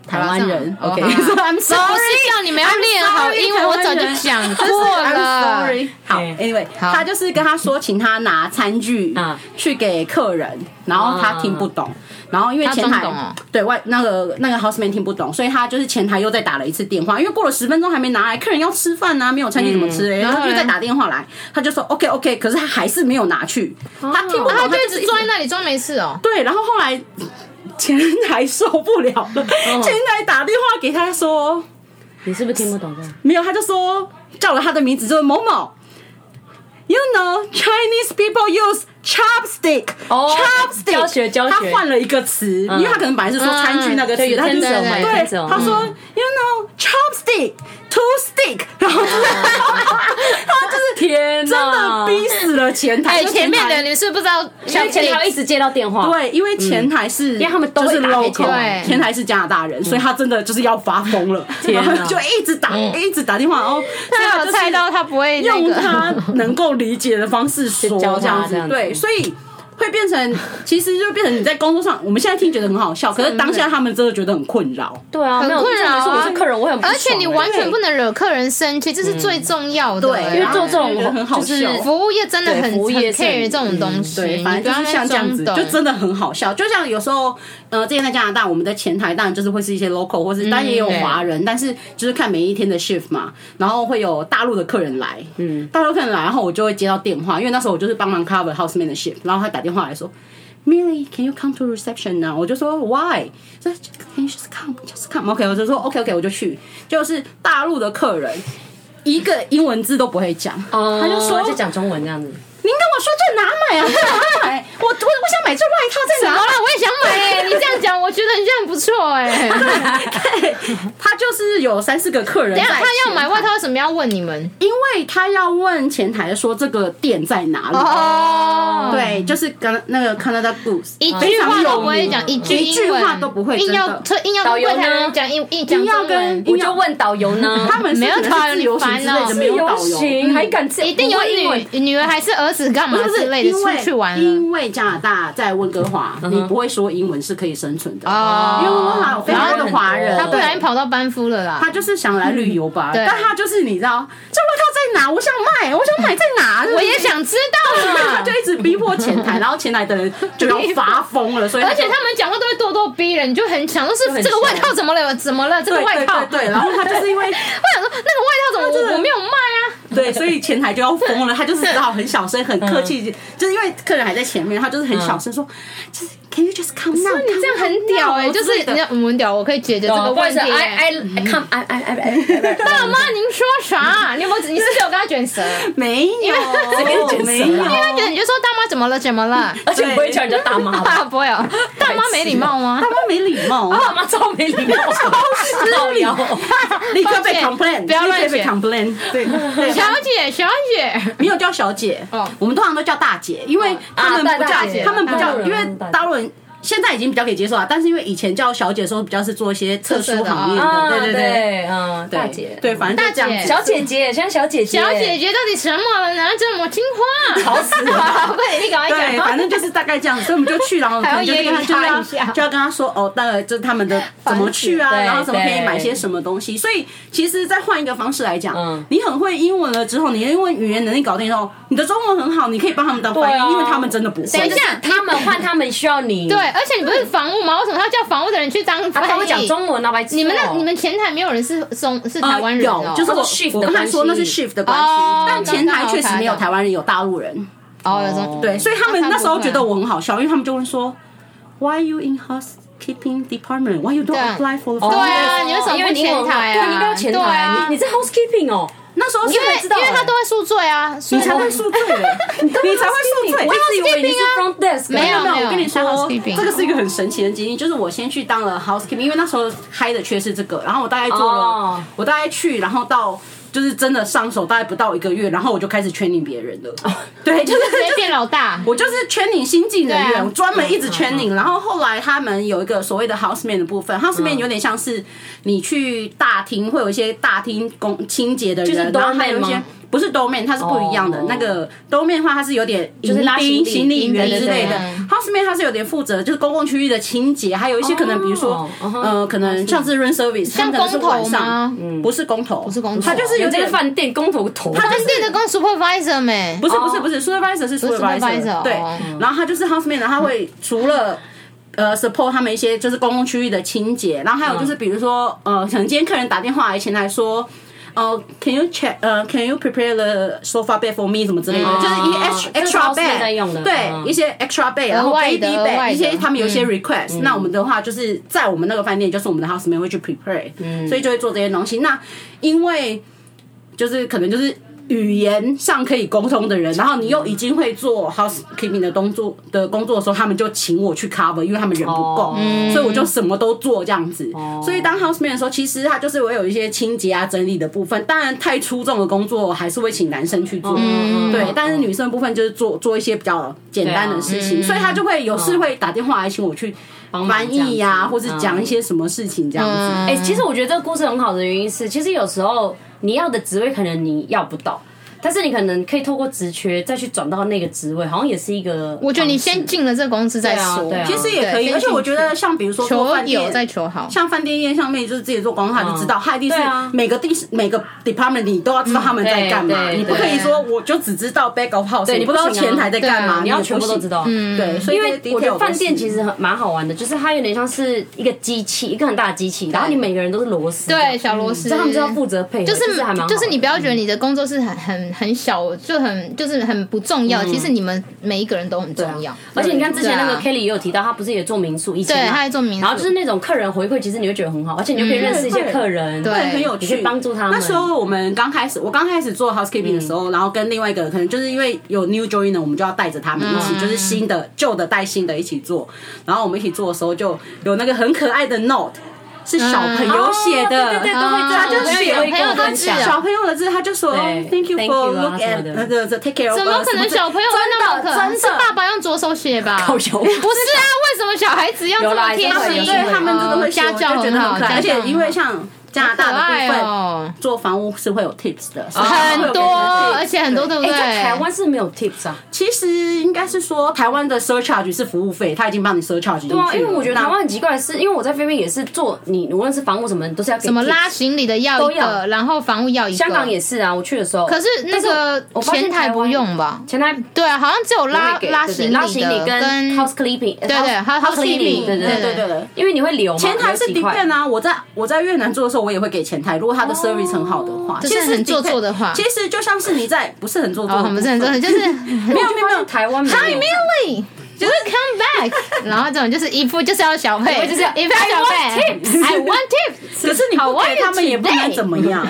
台湾人。哦好啦 OK，算了 (laughs) so I'm 我 sorry。是叫你们要练好英文，我早就讲过了。哎真是 I'm sorry 好嗯，Anyway，好嗯他就是跟他说，请他拿餐具啊去给客人，然后他听不啊懂，然后因为前他装懂台哦对外那个那个 houseman 听不懂，所以他就是前台又再打了一次电话，因为过了十分钟还没拿来，客人要吃饭啊呐，没有餐具怎么嗯吃嘞？然后他就再打电话来，他就说 OK OK，可是他还是没有拿去，他听不懂，他就一是直坐在那里装没事哦。对，然后后来前台受不了了，嗯前台打电话给他说。你是不是听不懂这样？没有，他就说叫了他的名字，就是某某。You know Chinese people use chopstick，chopstick、哦 chopstick 教学教学嗯他换了一个词，因为他可能本来是说餐具那个词，嗯嗯他就对是有 utensil 嘛有对 utensil，他说、You know chopstick，two stick，然后就是 (laughs) 他就是天真的逼死了前台，哎，就前前台面的你是不知道，像前台会一直接到电话，对，因为前台是，因嗯因为他们都就会是打给前 local，台前台是加拿大人，所以他真的就是要发疯了，天然哪嗯后 (laughs) 就一直打，一直打电话，(laughs) 然后他他有猜到他不会那用个。他能够理解的方式说去教 (laughs) 他这样这子样，子对，所以会会变成，其实就变成你在工作上，我们现在听觉得很好笑，可是当下他们真的觉得很困扰。对啊，没有，困扰啊重点是我是客人，我很不爽而且你完全欸不能惹客人生气，这是最重要的。对然后因为做这种觉得很好就是笑服务业真的很对服务很业是 care 这种东西，对，你反不正要就是像这样子，装就懂真的很好笑。就像有时候，呃，之前在加拿大，我们的前台当然就是会是一些 local，或是当然也嗯有华人，但是就是看每一天的 shift 嘛，然后会有大陆的客人来，嗯，大陆客人来，然后我就会接到电话，因为那时候我就是帮忙 cover houseman 的 shift，然后他打电话来说。Mary, can you come to reception now？我就说 Why？说 Can you just come, just come? OK，我就说 OK，OK，、我就去。就是大陆的客人，一个英文字都不会讲哦，他就说就讲中文这样子，您跟我说这哪买啊？这哪买？我我 (laughs) 我想买这外套在怎么哪？了？我也想买耶！你这样讲，我觉得你这样不错哎。 (laughs) 他就是有三四个客等人在一下前台，他要买外套，为什么要问你们？因为他要问前台说这个店在哪里。哦，，对，就是跟那个 Canada Goose，一句话都不会非讲，常有一名句一英文句话都不会，硬真要的。特硬要导跟游柜台人呢讲英硬讲要中文跟我就问导游呢，他们是没有可能导游是自由行你之烦哦类的，没有导游，行，还敢这一定不会英有文女女儿还是儿子干嘛不是之不是类的因为出去玩了。因为加拿大在温哥华，你不会说英文是可以生存的，哦因为温哥华有非常多的华人，然后他不对小心跑到班夫了啦他。就是想来旅游吧，嗯对但他就是你知道，这外套在哪？我想买，我想买在哪？我也想知道啊就是， (laughs) 他嘛就。一直逼迫前台，然后前台的人就要发疯了，所以而且就他们讲话都会咄咄逼人，你就很想，就是这个外套怎么了？怎么了？这个对外套，对对对，然后他就是因为我想说那个外套怎么我我没有卖啊？对，所以前台就要疯了，他就是只好很小声、很客嗯气，就是因为客人还在前面，他就是很小声说，就是 Can you just come now？你这样很屌哎、哎，就是之类你的这样嗯我很屌，我可以解决这哦个不好意问思题、 ，I 欸。 I I come I I (laughs) I I- I 大妈，您说啥？你有没有？你是不是有跟他卷 (laughs) 舌？没有，没有，他觉得你就说大妈怎么了？怎么了？而且不会叫人家大妈吧，啊， (laughs) 不会哦，大妈没礼貌吗他？妈没礼貌，哦 (laughs) 大妈超没礼貌，超礼貌 (laughs) 立刻被 complain，不要乱立刻被选 complain，对对，小姐，小姐，没有叫小姐，哦我们通常都叫大姐，因为他们啊不叫，大姐他们不大叫，陆人因为大陆人。现在已经比较可以接受了，啊但是因为以前叫小姐的时候，比较是做一些特殊行业啊的，(laughs) 对对对对，嗯，对，大姐，对，反正就这样子小姐姐，像小姐姐，小 (laughs) 姐姐到底什么了？哪这么听话？ (laughs) 吵死 (laughs) 好，了，快点，你赶快对，讲。反正就是大概这样子，所以我们就去，然后可能就跟他就还要揶揄他要一下就要跟他说哦，当然就是他 (laughs) 们的怎么去啊，方式对然后怎么可以对买些什么东西。所以其实再换一个方式来讲嗯，你很会英文了之后，你的英文语言能力搞定之后，你的中文很好，你可以帮他们当翻对啊译，因为他们真的不会。等一下，他们换他们需要你，对，，而且你不是房务吗？为什么他叫房务的人去当翻他译？们会讲中文啊，白痴哦，你们那你们前台没有人是中是台湾人哦呃有，就是哦我是 shift 我的跟他关系说那是 shift 的关系哦，但前台确实没有刚刚好台湾人，有大陆人，哦，有中哦对，所以他们那他那时候不会觉得我很好笑，因为他们就问说，Why you in housekeeping department? Why you 对 don't apply for？哦 the 对啊你为什么因为不你前台啊对，你应该要前台，对啊你你是 housekeeping 哦，那时候是因为知道因为他欸都会宿醉啊，所你以才 (laughs) 会宿醉嘞，你才会宿醉。我一直以为你是 housekeeping 啊 front desk，没有没有，啊我跟你说当 housekeeping，这个是一个很神奇的经历，就是我先去当了 housekeeping，因为那时候嗨的缺是这个，然后我大概做了，哦我大概去，然后到就是真的上手大概不到一个月，然后我就开始 training 别人了，对，就是哦直接变老大。我就是 training 新进人啊对员，啊我专门一直 training。然后后来他们有一个所谓的 houseman 的部分，houseman 有点像是你去大厅会有一些大厅工清洁的就是人，然后还 doorman 有一些吗。不是 doorman，它是不一样的。哦那个 doorman 的话，它是有点是拉行丁、李行李员迎宾之类的对对对。 houseman 它是有点负责就是公共区域的清洁，还有一些可能比如说嗯哼呃，可能像是 room service，像他们可能是晚工头吗上，不是工头，不是工头它就是有有这个点饭店工头头，他饭店的跟 supervisor 没，不是不是不是，supervisor 是 supervisor， supervisor，对哦，然后他就是 houseman，他会除了。呃，support 他们一些就是公共区域的清洁，然后还有就是比如说，呃，可能今天客人打电话来前台说，呃，Can you check？呃，Can you prepare the sofa bed for me 什么之类的，就是一哦些 extra 这个 extra 都是在用 bed，的对，嗯一些 extra bed，然后额外 baby 的额外 bed，的一些他们有一些 request，那我们的话就是在我们那个饭店，就是我们的 houseman 会去 prepare，所以就会做这些东西。那因为就是可能就是语言上可以沟通的人，然后你又已经会做 housekeeping 的工作的工作的时候，他们就请我去 cover，因为他们人不够，嗯所以我就什么都做这样子。所以当 houseman 的时候，其实他就是我有一些清洁啊、整理的部分，当然太出众的工作还是会请男生去做，嗯对。但是女生的部分就是做做一些比较简单的事对情，啊嗯所以他就会有事会打电话来请我去忙翻译呀、这样子或是讲一些什么事情这样子。嗯哎、其实我觉得这个故事很好的原因是，其实有时候你要的职位可能你要不到，但是你可能可以透过职缺再去转到那个职位，好像也是一个。我觉得你先进了这个公司再说，对啊对啊其实也哦可以，对而且我觉得像比如说做求饭有店，再求好。像饭店业上面就是自己做广告，他就知道，他一定是对啊嗯每个地每个 department 你都要知道他们在干嘛，对对你不可以对说我就只知道 back of house，对你不知道前台在干嘛，对啊你要也全部不都行知。道，嗯对，所以因为我觉得饭店其实实很蛮好玩的，就是它有点像是一个机器，一个很大的机器，然后你每个人都是螺丝，对，，小螺丝，所以他们就要负责配合，就是其实还蛮好就是你的嗯不要觉得你的工作是很很很小，就很就是很不重要。其实你们每一个人都很重要，嗯啊而且你看之前那个对啊 Kelly 也有提到，他不是也做民宿，以前对嘛他还做民宿然后就是那种客人回馈，其实你会觉得很好，而且你就可以认识一些客人，对嗯很有你趣，去帮助他们嗯那时候我们刚开始，我刚开始做 housekeeping 的时候，然后跟另外一个可能就是因为有 new joiner，我们就要带着他们一嗯起，就是新的旧的带新的一起做。然后我们一起做的时候，就有那个很可爱的 note，是小朋友写的，嗯哦对对对，都会这啊样，就是也会跟我小朋友的分字啊享。小朋友的字，他就说哦对 Thank you thank you for 啊 look 什 at 么的那个 the take care of us 怎什么么呃可能之。小朋友会那么可爱？真是的爸爸用左手写吧？好小 (laughs) 不是啊，为什么小孩子要这么贴有啦心？嗯有时候对他们真的会写，家我就教觉得好，很可爱，家教而且很好因为像加拿可大的爱部分，哦，做房屋是会有 tips 的，是会很有多，而 presentation 且很多对不哎，对？在台湾是没有 tips 啊，其实应该是说台湾的 surcharge 是服务费，他已经帮你 surcharge 进去对啊，了。因为我觉得那台湾很奇怪的是，因为我在菲律宾也是做你无论是房屋什么，你都是要给什么 tips 拉行李的要一都要个，然后房屋要一个，香港也是啊，我去的时候，可是那个但是我发现前台台湾不用吧？前台对啊，好像只有拉不会给拉对对行李的拉行李跟跟 housekeeping，对对对还有对对 housekeeping，对对对对对对，因为你会留嘛，前台是留几块 depend 啊，我在我在越南做的时候，我也会给前台，如果他的 service 很好的话，就是其实很做 depend- 作的话其实就像是你在不是很做作哦，的部分，我们真的真的就是没有没有没有，台湾没有， really 就是 come back，然后这种就是一副就是要小费，就是要一副要小费 I want tips ，I want tips，(laughs) 可是你不给他们也不能怎么样。 (laughs)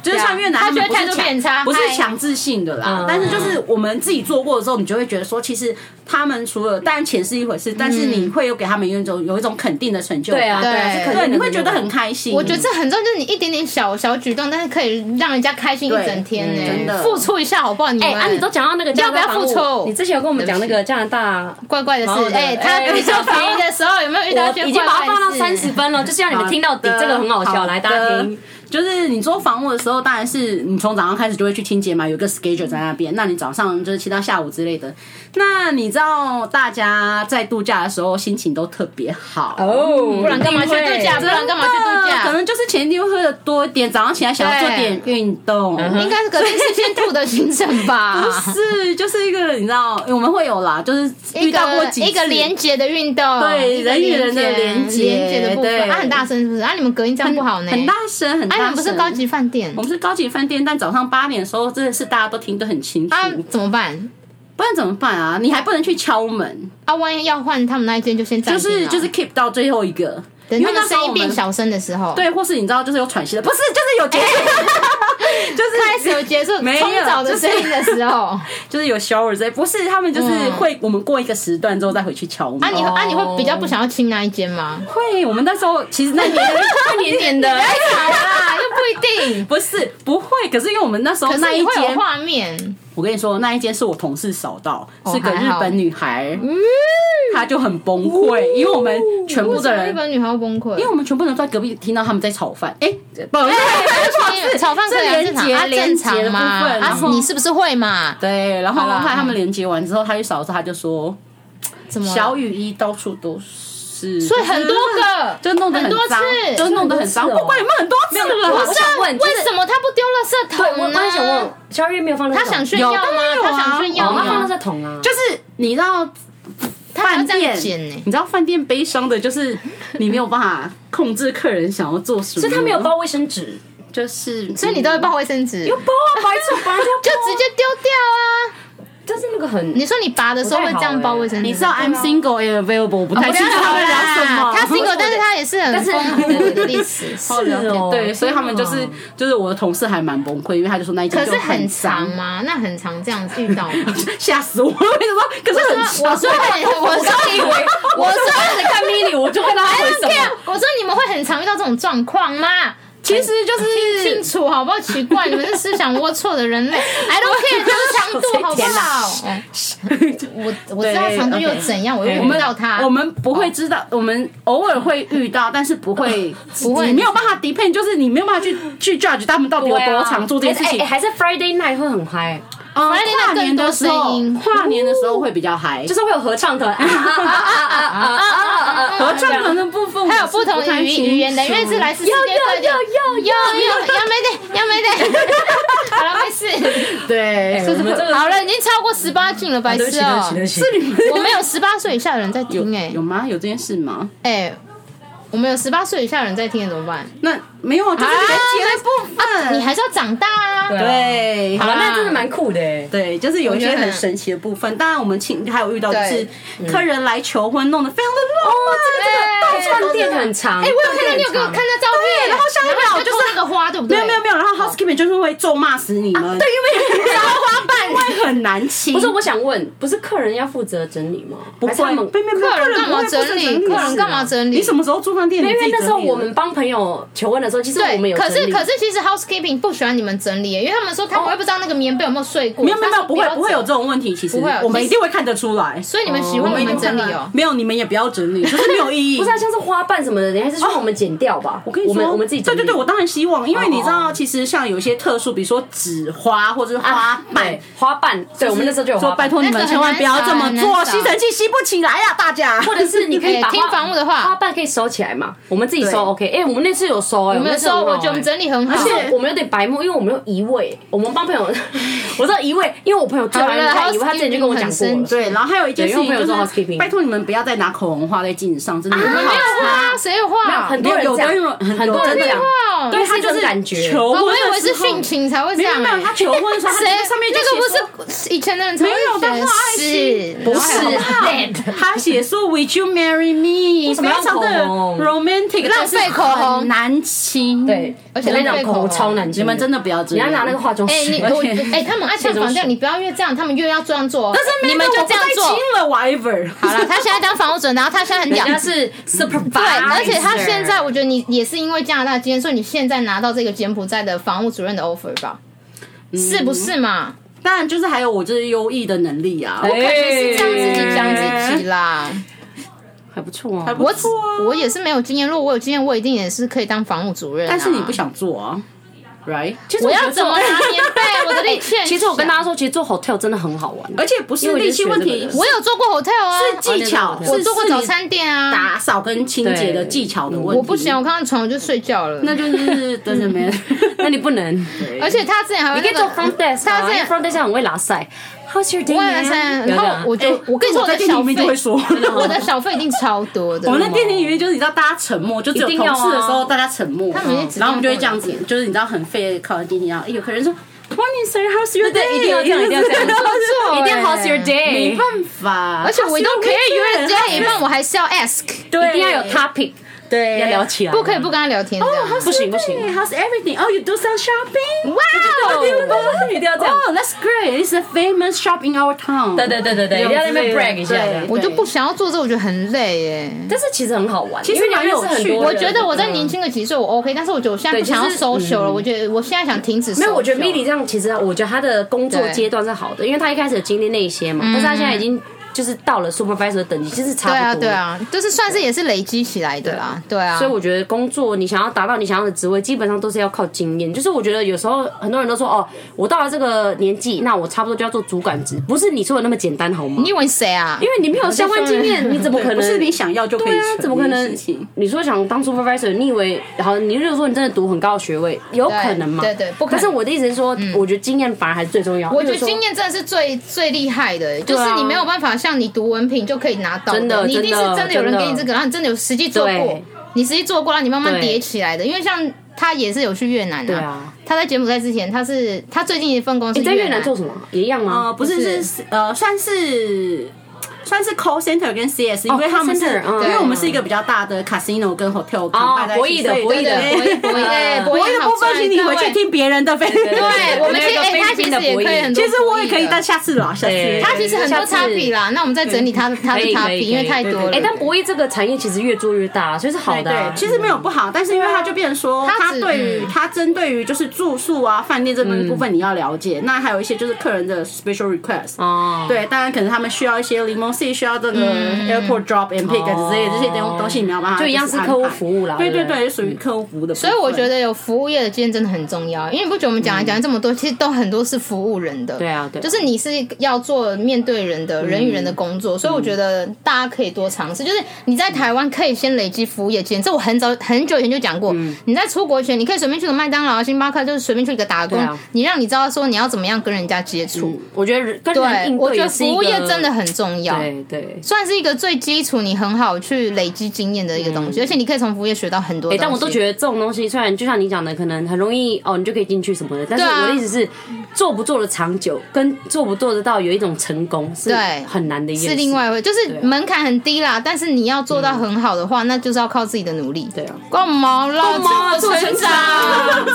就是啊像越南，他觉得们不是态度强变差不是嗨强制性的嗯啦。但是就是我们自己做过的时候，你就会觉得说，其实他们除了当然钱是一回事，但是你会有给他们有一种有一种肯定的成就嗯感，对啊对啊，对是肯定的对，你会觉得很开心。我觉得这很重要，就是你一点点小小举动，但是可以让人家开心一对整天呢、嗯真的付出一下好不好？你们哎，啊，你都讲到那个加拿大要不要付房屋出你之前有跟我们讲那个加拿大。怪怪的忙事，的哎、他哎比较便宜的时候有没有遇到一我些已经怪把它怪的嗯放到事三十分了，就是要你们听到底，这个很好笑，来大家听。。就是你做房屋的时候，当然是你从早上开始就会去清洁嘛，有一个 schedule 在那边。那你早上就是清到下午之类的。那你知道大家在度假的时候心情都特别好哦，不然干嘛去度假？一定啊不会然干嘛去度假？可能就是前一天会喝的多一点，早上起来想要做点运动。 (laughs) 应该是隔天是先吐的行程吧？是，就是一个你知道，我们会有啦，就是 (laughs) 遇一到过个几次哎一个连接的运动，对一个人与人的连连接接连接的部分，对啊，很大声是不是？啊，你们隔音这样不好呢？很大，声，很大啊，声。你们不是高级饭店我们是高级饭店，但早上八点的时候，真的是大家都听得很清楚。啊？怎么办？不然怎么办啊？你还不能去敲门，啊，万一要换他们那一间，就先暂就停是了就是 keep 到最后一个，等因他为们那时声候音我变们小声的时候，，对，或是你知道就是有喘息的，不是就是有结束， (laughs) 就是开始有结束没有冲澡的声音的时候，就是有 shower 之类，不是他们就是会、我们过一个时段之后再回去敲门。嗯哦啊，你啊，你会比较不想要亲那一间吗？哎会，我们那时候其实那年黏黏的，好啦，又不一定，不是不会，可是因为我们那时候可那是一你会有间，画面。我跟你说那一间是我同事扫到，哦是个还日好本女孩，她就很崩溃，因为我们全部的哦日人。本女孩会崩溃，因为我们全部人都在隔壁听到他们在炒饭，哎、不好意思，哎炒饭可以啊是正常连结啊，正连结的常嘛。部分然啊，后你是不是会嘛？对，然后好啦后来他们连接完之后，他去扫的时候，他就说怎么了？小雨衣到处都是，所以很多个，就弄得很很多脏，次就弄得很脏，很多次哦不管有没有很多次了，我不是想问，就为是什么他不丢垃圾对我桶我呢？很想问，小月没有放垃圾他桶，想炫耀有当吗然？有啊他想炫耀哦，他放垃吗？圾桶啊，就是你知道他饭这样店，剪呢你知道饭店悲伤的就是你没有办法控制客人想要做什么，所以他没有包卫生纸，就是，所以你都会抱卫生纸，就包啊，白痴，本来 (laughs) 就直接丢掉啊！但是那个很你说你拔的时候会这样抱卫生纸？你知道 I'm single and 哦 available，不太清楚啊他们聊什么，他 single，但是他也是很丰富的历史。好聊天哦对，所以他们就是就是我的同事还蛮崩溃，因为他就说那 (laughs) 一可间就是很脏长，吗？那很长这样子遇到吗？ (laughs) 吓死我！为什么？可是很我脏说很， (laughs) 我 (laughs) 说以为我说开始看 mini，我就看到他回 I don't care 我说你们会很常遇到这种状况吗？其实就是清楚好不好？奇怪，你们是思想龌龊的人类。I (laughs) don't care 它的长度好不好？哎我我知道它长度又怎样，我又我用不们到它。我们不会知道，我们偶尔会遇到，但是不会，哦不会啊你没有办法 depend，就是你没有办法去去 judge 他们到底有多常做这件事情哎哎。还是 Friday night 会很嗨，嗯反正那跨年的时哎更多声候音，跨年的时候会比较嗨，就是会有 (laughs) 合唱团啊啊啊啊啊啊啊啊啊！合唱团的部分我它有是不同太语清语言的，因为楚是来自世界各地。有有有有有没得有没得，好了没事，对，啊我们这个好了已经超过十八禁了，白痴哦、是你们我们有十八岁以下的人在听哎、有吗？有这件事吗？哎、我们有十八岁以下的人在听，怎么办？那没有啊，就是啊连接的部你分，还是要长大啊！对对，好了，那真的蛮酷的哎。对，就是有一些很神奇的部分。当然，我们亲还有遇到就是客人来求婚，弄得非常的浪漫，对这个这个饭店很长，哎、我有看到你有给我看那照片，对然后下一秒你就就是那个花，对不没对？啊有没有没有，然后 housekeeping 就是会咒骂死你们，对，因为花瓣会很难清，不是我想问，不是客人要负责整理吗？不还是他会，们没没没，客客人干嘛不会负责整理？客人干嘛整理？你什么时候住饭店？因你自为己那时候整理的我们帮朋友求婚的时候，其实我们对，有可是整理可是其实 housekeeping 不喜欢你们整理耶，因为他们说他们会不知道那个棉被有没有睡过，没有没有没有，不会他说不会有要这整，种问题，其实不会有我们一定会看得出来。所以你们喜欢我们整理哦、没有，你们也不要整理，就是没有意义。不是啊像是花瓣什么的，你还是说我们剪掉吧？我跟你说，们我们自己对整理对对，我当然希望，因为你知哦道，其实像有一些特殊，比如说纸花或者是花啊瓣对，花瓣，对我们那时候就有说花拜瓣，托你们千万不要这么那个很做，难找吸尘器吸不起来呀，大家。或者是你可以把哎听花房屋的话花瓣可以收起来嘛？我们自己收对 OK。哎，我们那次有收哎，我们们那次很说，好我觉得我们哎整理很好，而且我们有点白目，因为我们有移位，我们帮朋友，我知道移位，因为我朋友最讨厌好了看移位，他之前就跟我讲过很生了气。对，然后还有一件事情对因为就我朋友做是， housekeeping 拜托你们不要再拿口红画在镜上，真的没没有画，谁有画？很多人有这样跟人很很多人有这真样的哇对对他是一种就是感觉求哦婚我的以为时是候殉情才会这没有样没有，欸。他求婚的时候，他谁就是上面就那个写说不是以前的人才没会有写的话，是不是然后还有他写说 Would you marry me？什么要非常的口红 romantic，浪费口红但是很难清。对，而且我跟你浪费讲，口口红红超难清，你们真的不要这你要样拿那个化妆哎，师你。而我且哎，他们爱唱反调，你不要越这样，他们越要这样做。但是你们就这样做。亲了 whatever。好了，他现在当房务准，然后他现在很屌人。家是 supervisor，对，啊而且他现在，我觉得你也是因为加拿大经验，所以你现在拿到这个柬埔寨的房务主任的 offer 吧？嗯是不是嘛？ (laughs) 当然就是还有我就是优异的能力啊，哎我感觉是这样自己讲自己啦。还不错啊还。我不错啊。我也是没有经验，如果我有经验，我一定也是可以当房务主任啊、但是你不想做啊，right？其实我觉要得怎么做拿棉被？我的力 (laughs) 气很 (laughs) 小。其实我跟大家说，其实做 hotel 真的很好玩，哎而且不是力气问因为题我就，我有做过 hotel 啊，是技巧，我做过是早餐店啊。打扫跟清洁的技巧的问题。我不行，，我看到床我就睡觉了。那就是真的 (laughs) 没。那你不 (laughs) 能，而且他之前还会你可以做 front desk，他之这前 front desk 很会拉塞。How's your day？我啊也是， man？有然这样后我就我跟你说哎我的在店小里面就会费，说，我的小费一定超多的。 (laughs) 我们在电梯里面就是你知道大家沉默，就只有一定同要啊事的时候大家沉默，他们一直然后我们就会这样子，就是你知道很废的靠在电梯上，哎有客人说 Morning sir, how's your 对 day？一定要这样一定要这样 (laughs) 错欸 (laughs) 一定要 How's your 没 day？办法，而且我 How's 都 your 可以 weekend？约人啊家一半，我还是要 ask，对一定要有 topic 对要聊起来，不可以不跟他聊天。这样哦，不行不行 h o w s everything? Oh, you do some shopping? 哇哦！哦，一定要这样。 Oh, that's great! It's a famous shop in our town. 对对对对对，一定要在那边 break 一下。对这样我就不想要做这，我觉得很累耶。但是其实很好玩，其因实为你蛮认识有很趣多的人我觉得我在年轻个几岁我 OK，但是我觉得我现在啊对不想要其实 social 了，我觉得我现在想停止。没有，我觉得 Milly 这样，其实我觉得她的工作对嗯阶段是好的，因为她一开始有经历那些嘛，但是她现在已经就是到了 supervisor 的等级，其实差对啊，不多。对。啊，就是算是也是累积起来的啦，对啊。所以我觉得工作你想要达到你想要的职位，基本上都是要靠经验。就是我觉得有时候很多人都说哦，我到了这个年纪，那我差不多就要做主管职，不是你说的那么简单好吗？你以为谁啊因？为你没有相关经验，你怎么可能？不是你想要就可以对啊，成怎么可的能事情？？你说想当 supervisor，你以为好？你如果说你真的读很高的学位，有可能吗？对对不可能嗯但是我的意思是说，我觉得经验反而还是最重要。我觉例得如说啊经验真的是最最厉害的，欸就是你没有办法像你读文凭就可以拿到真的你一定是真的真的有人真的给你这个，然后你真的有实际做过对，你实际做过，然后你慢慢对叠起来的。因为像他也是有去越南对啊，他在柬埔寨之前，他是他最近一份工是呃你在越南南做什么？也一样吗？呃，不是是呃，算是算但是 call center 跟 CS，因为 call 他们是， center，嗯因为我们是一个比较大的 casino 跟 hotel 哦摆在一博弈起的所以博弈对的对博对弈博弈哎博博弈弈的好部分，赚请你回各去位听别人的。对对，我们其实我们有一哎，个他菲律其宾的实也博弈可以很其多，实我也可以，但。下次啦，下次对他其实很下多次差别啦，那我们再整理他他可的以差可别，以，因为太多了。哎，但博弈这个产业其实越做越大，所以是好对的哎对啊，。其实没有不好，但是因为他就变成说，他他只对于嗯他针对于就是住宿啊、饭店这个部分你要了解，那还有一些就是客人的 special request，哦，对，当然可能他们需要一些 limousine，需要这个 airport drop and pick 嗯哦之类的这些东东西，你没有办法就一样就是客户安排服务啦对对对不对对，属于客户服务的部所分。以我觉得有服务业的经验真的很重要，因为你不觉得我们讲来讲去这么多，其实都很多是服务人的。嗯对啊对啊就是你是要做面对人的人与人的工嗯作，所以我觉得大家可以多尝试。就是你在台湾可以先累积服务业经验，这我很早很久以前就讲过。嗯你在出国前，你可以随便去个麦当劳啊、星巴克，就是随便去一个打工，对啊嗯你让你知道说你要怎么样跟人家接触。我觉得人跟人对，应我对觉也得是一服个务业真的很重要。对对。算是一个最基础，你很好去累积经验的一个东西，而且你可以从服务业学到很多哎、东西。嗯但我都觉得这种东西，虽然就像你讲的，可能很容易哦，你就可以进去什么的，但是对啊我的意思是，做不做得长久，跟做不做得到有一种成功是对很难的一件事。是另外一回，啊就是门槛很低啦，但是你要做到很好的话，那就是要靠自己的努力。对啊，逛毛老毛成成长，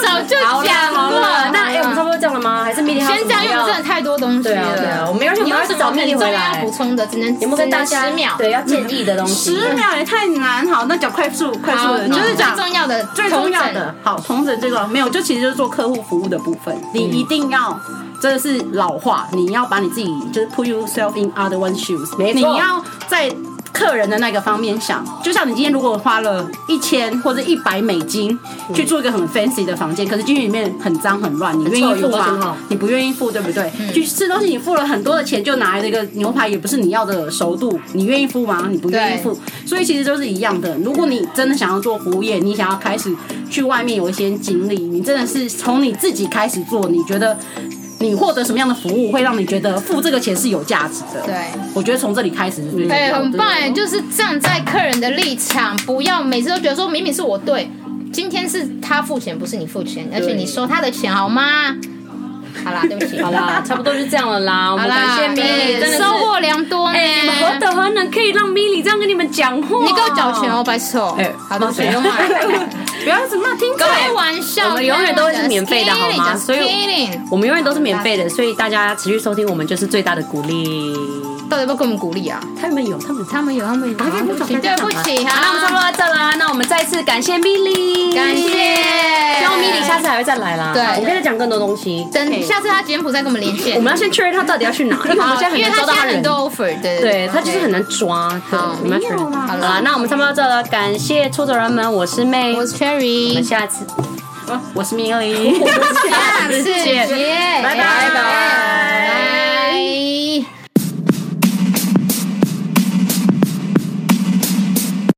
早就好啦讲好了，那哎、哎，我们差不多这样了吗？还是明天还有先这样，因为什我么真的太多东西对啊对啊了。我没关系你有我们去什么找很 Milly 重回要来补充的，只能有没有跟大家十秒，对要建议的东西？十秒也太难，好，那讲快速快速好，的，就是讲最重要的，最重要重整的，好，同整这个没有，就其实就是做客户服务的部分，你嗯一定要。真的是老话，你要把你自己就是 put yourself in other one's shoes，没错你要在客人的那个方面想。就像你今天如果花了一千或者一百美金嗯去做一个很 fancy 的房间，可是进去里面很脏很乱，你愿很臭意付有多钱嗯哈吗？你不愿意付，对不对？去吃东西你付了很多的钱，就拿来那个牛排也不是你要的熟度，你愿意付吗？你不愿意对付，所以其实都是一样的。如果你真的想要做服务业，你想要开始去外面有一些经历，你真的是从你自己开始做，你觉得你获得什么样的服务会让你觉得付这个钱是有价值的？对，我觉得从这里开始是嗯最重对，要很的棒哎，就是站在客人的立场，不要每次都觉得说明明是我对，今天是他付钱，不是你付钱，而且你收他的钱好吗？好啦，对不起，好啦， (laughs) 差不多就这样了啦。我好们啦，感谢 Milly，真哎的是收获良多呢。哎、你们何德何能可以让 Milly 这样跟你们讲话？你给我缴钱哦，白痴哦哎。好的，不用了。 (laughs) 不要怎么听开玩笑，我们永远都会是免费的好吗 Just 所以 kidding 我们永远都是免费的，所以大家持续收听我们就是最大的鼓励。到底要不要给我们鼓励啊？他们有，他们有。他们有，他们有，对不起对不起好，那我们差不多到哈，这啦。那我们再次感谢 Milly，感谢希望 Milly 下次还会再来啦。对我们可以再讲更多东西。等下次他柬埔寨跟我们连线哎我。们要先确认他到底要去哪，因为我们好，现在很因为难他抓到现在他人很。多 offer，对对他就是很。难抓。对好，我们要确认。没有啦好了，那我们差不多到这了，感谢出走人们，我是妹，我我啊是 Cherry，们下次 (laughs) 我是米莉。下次见。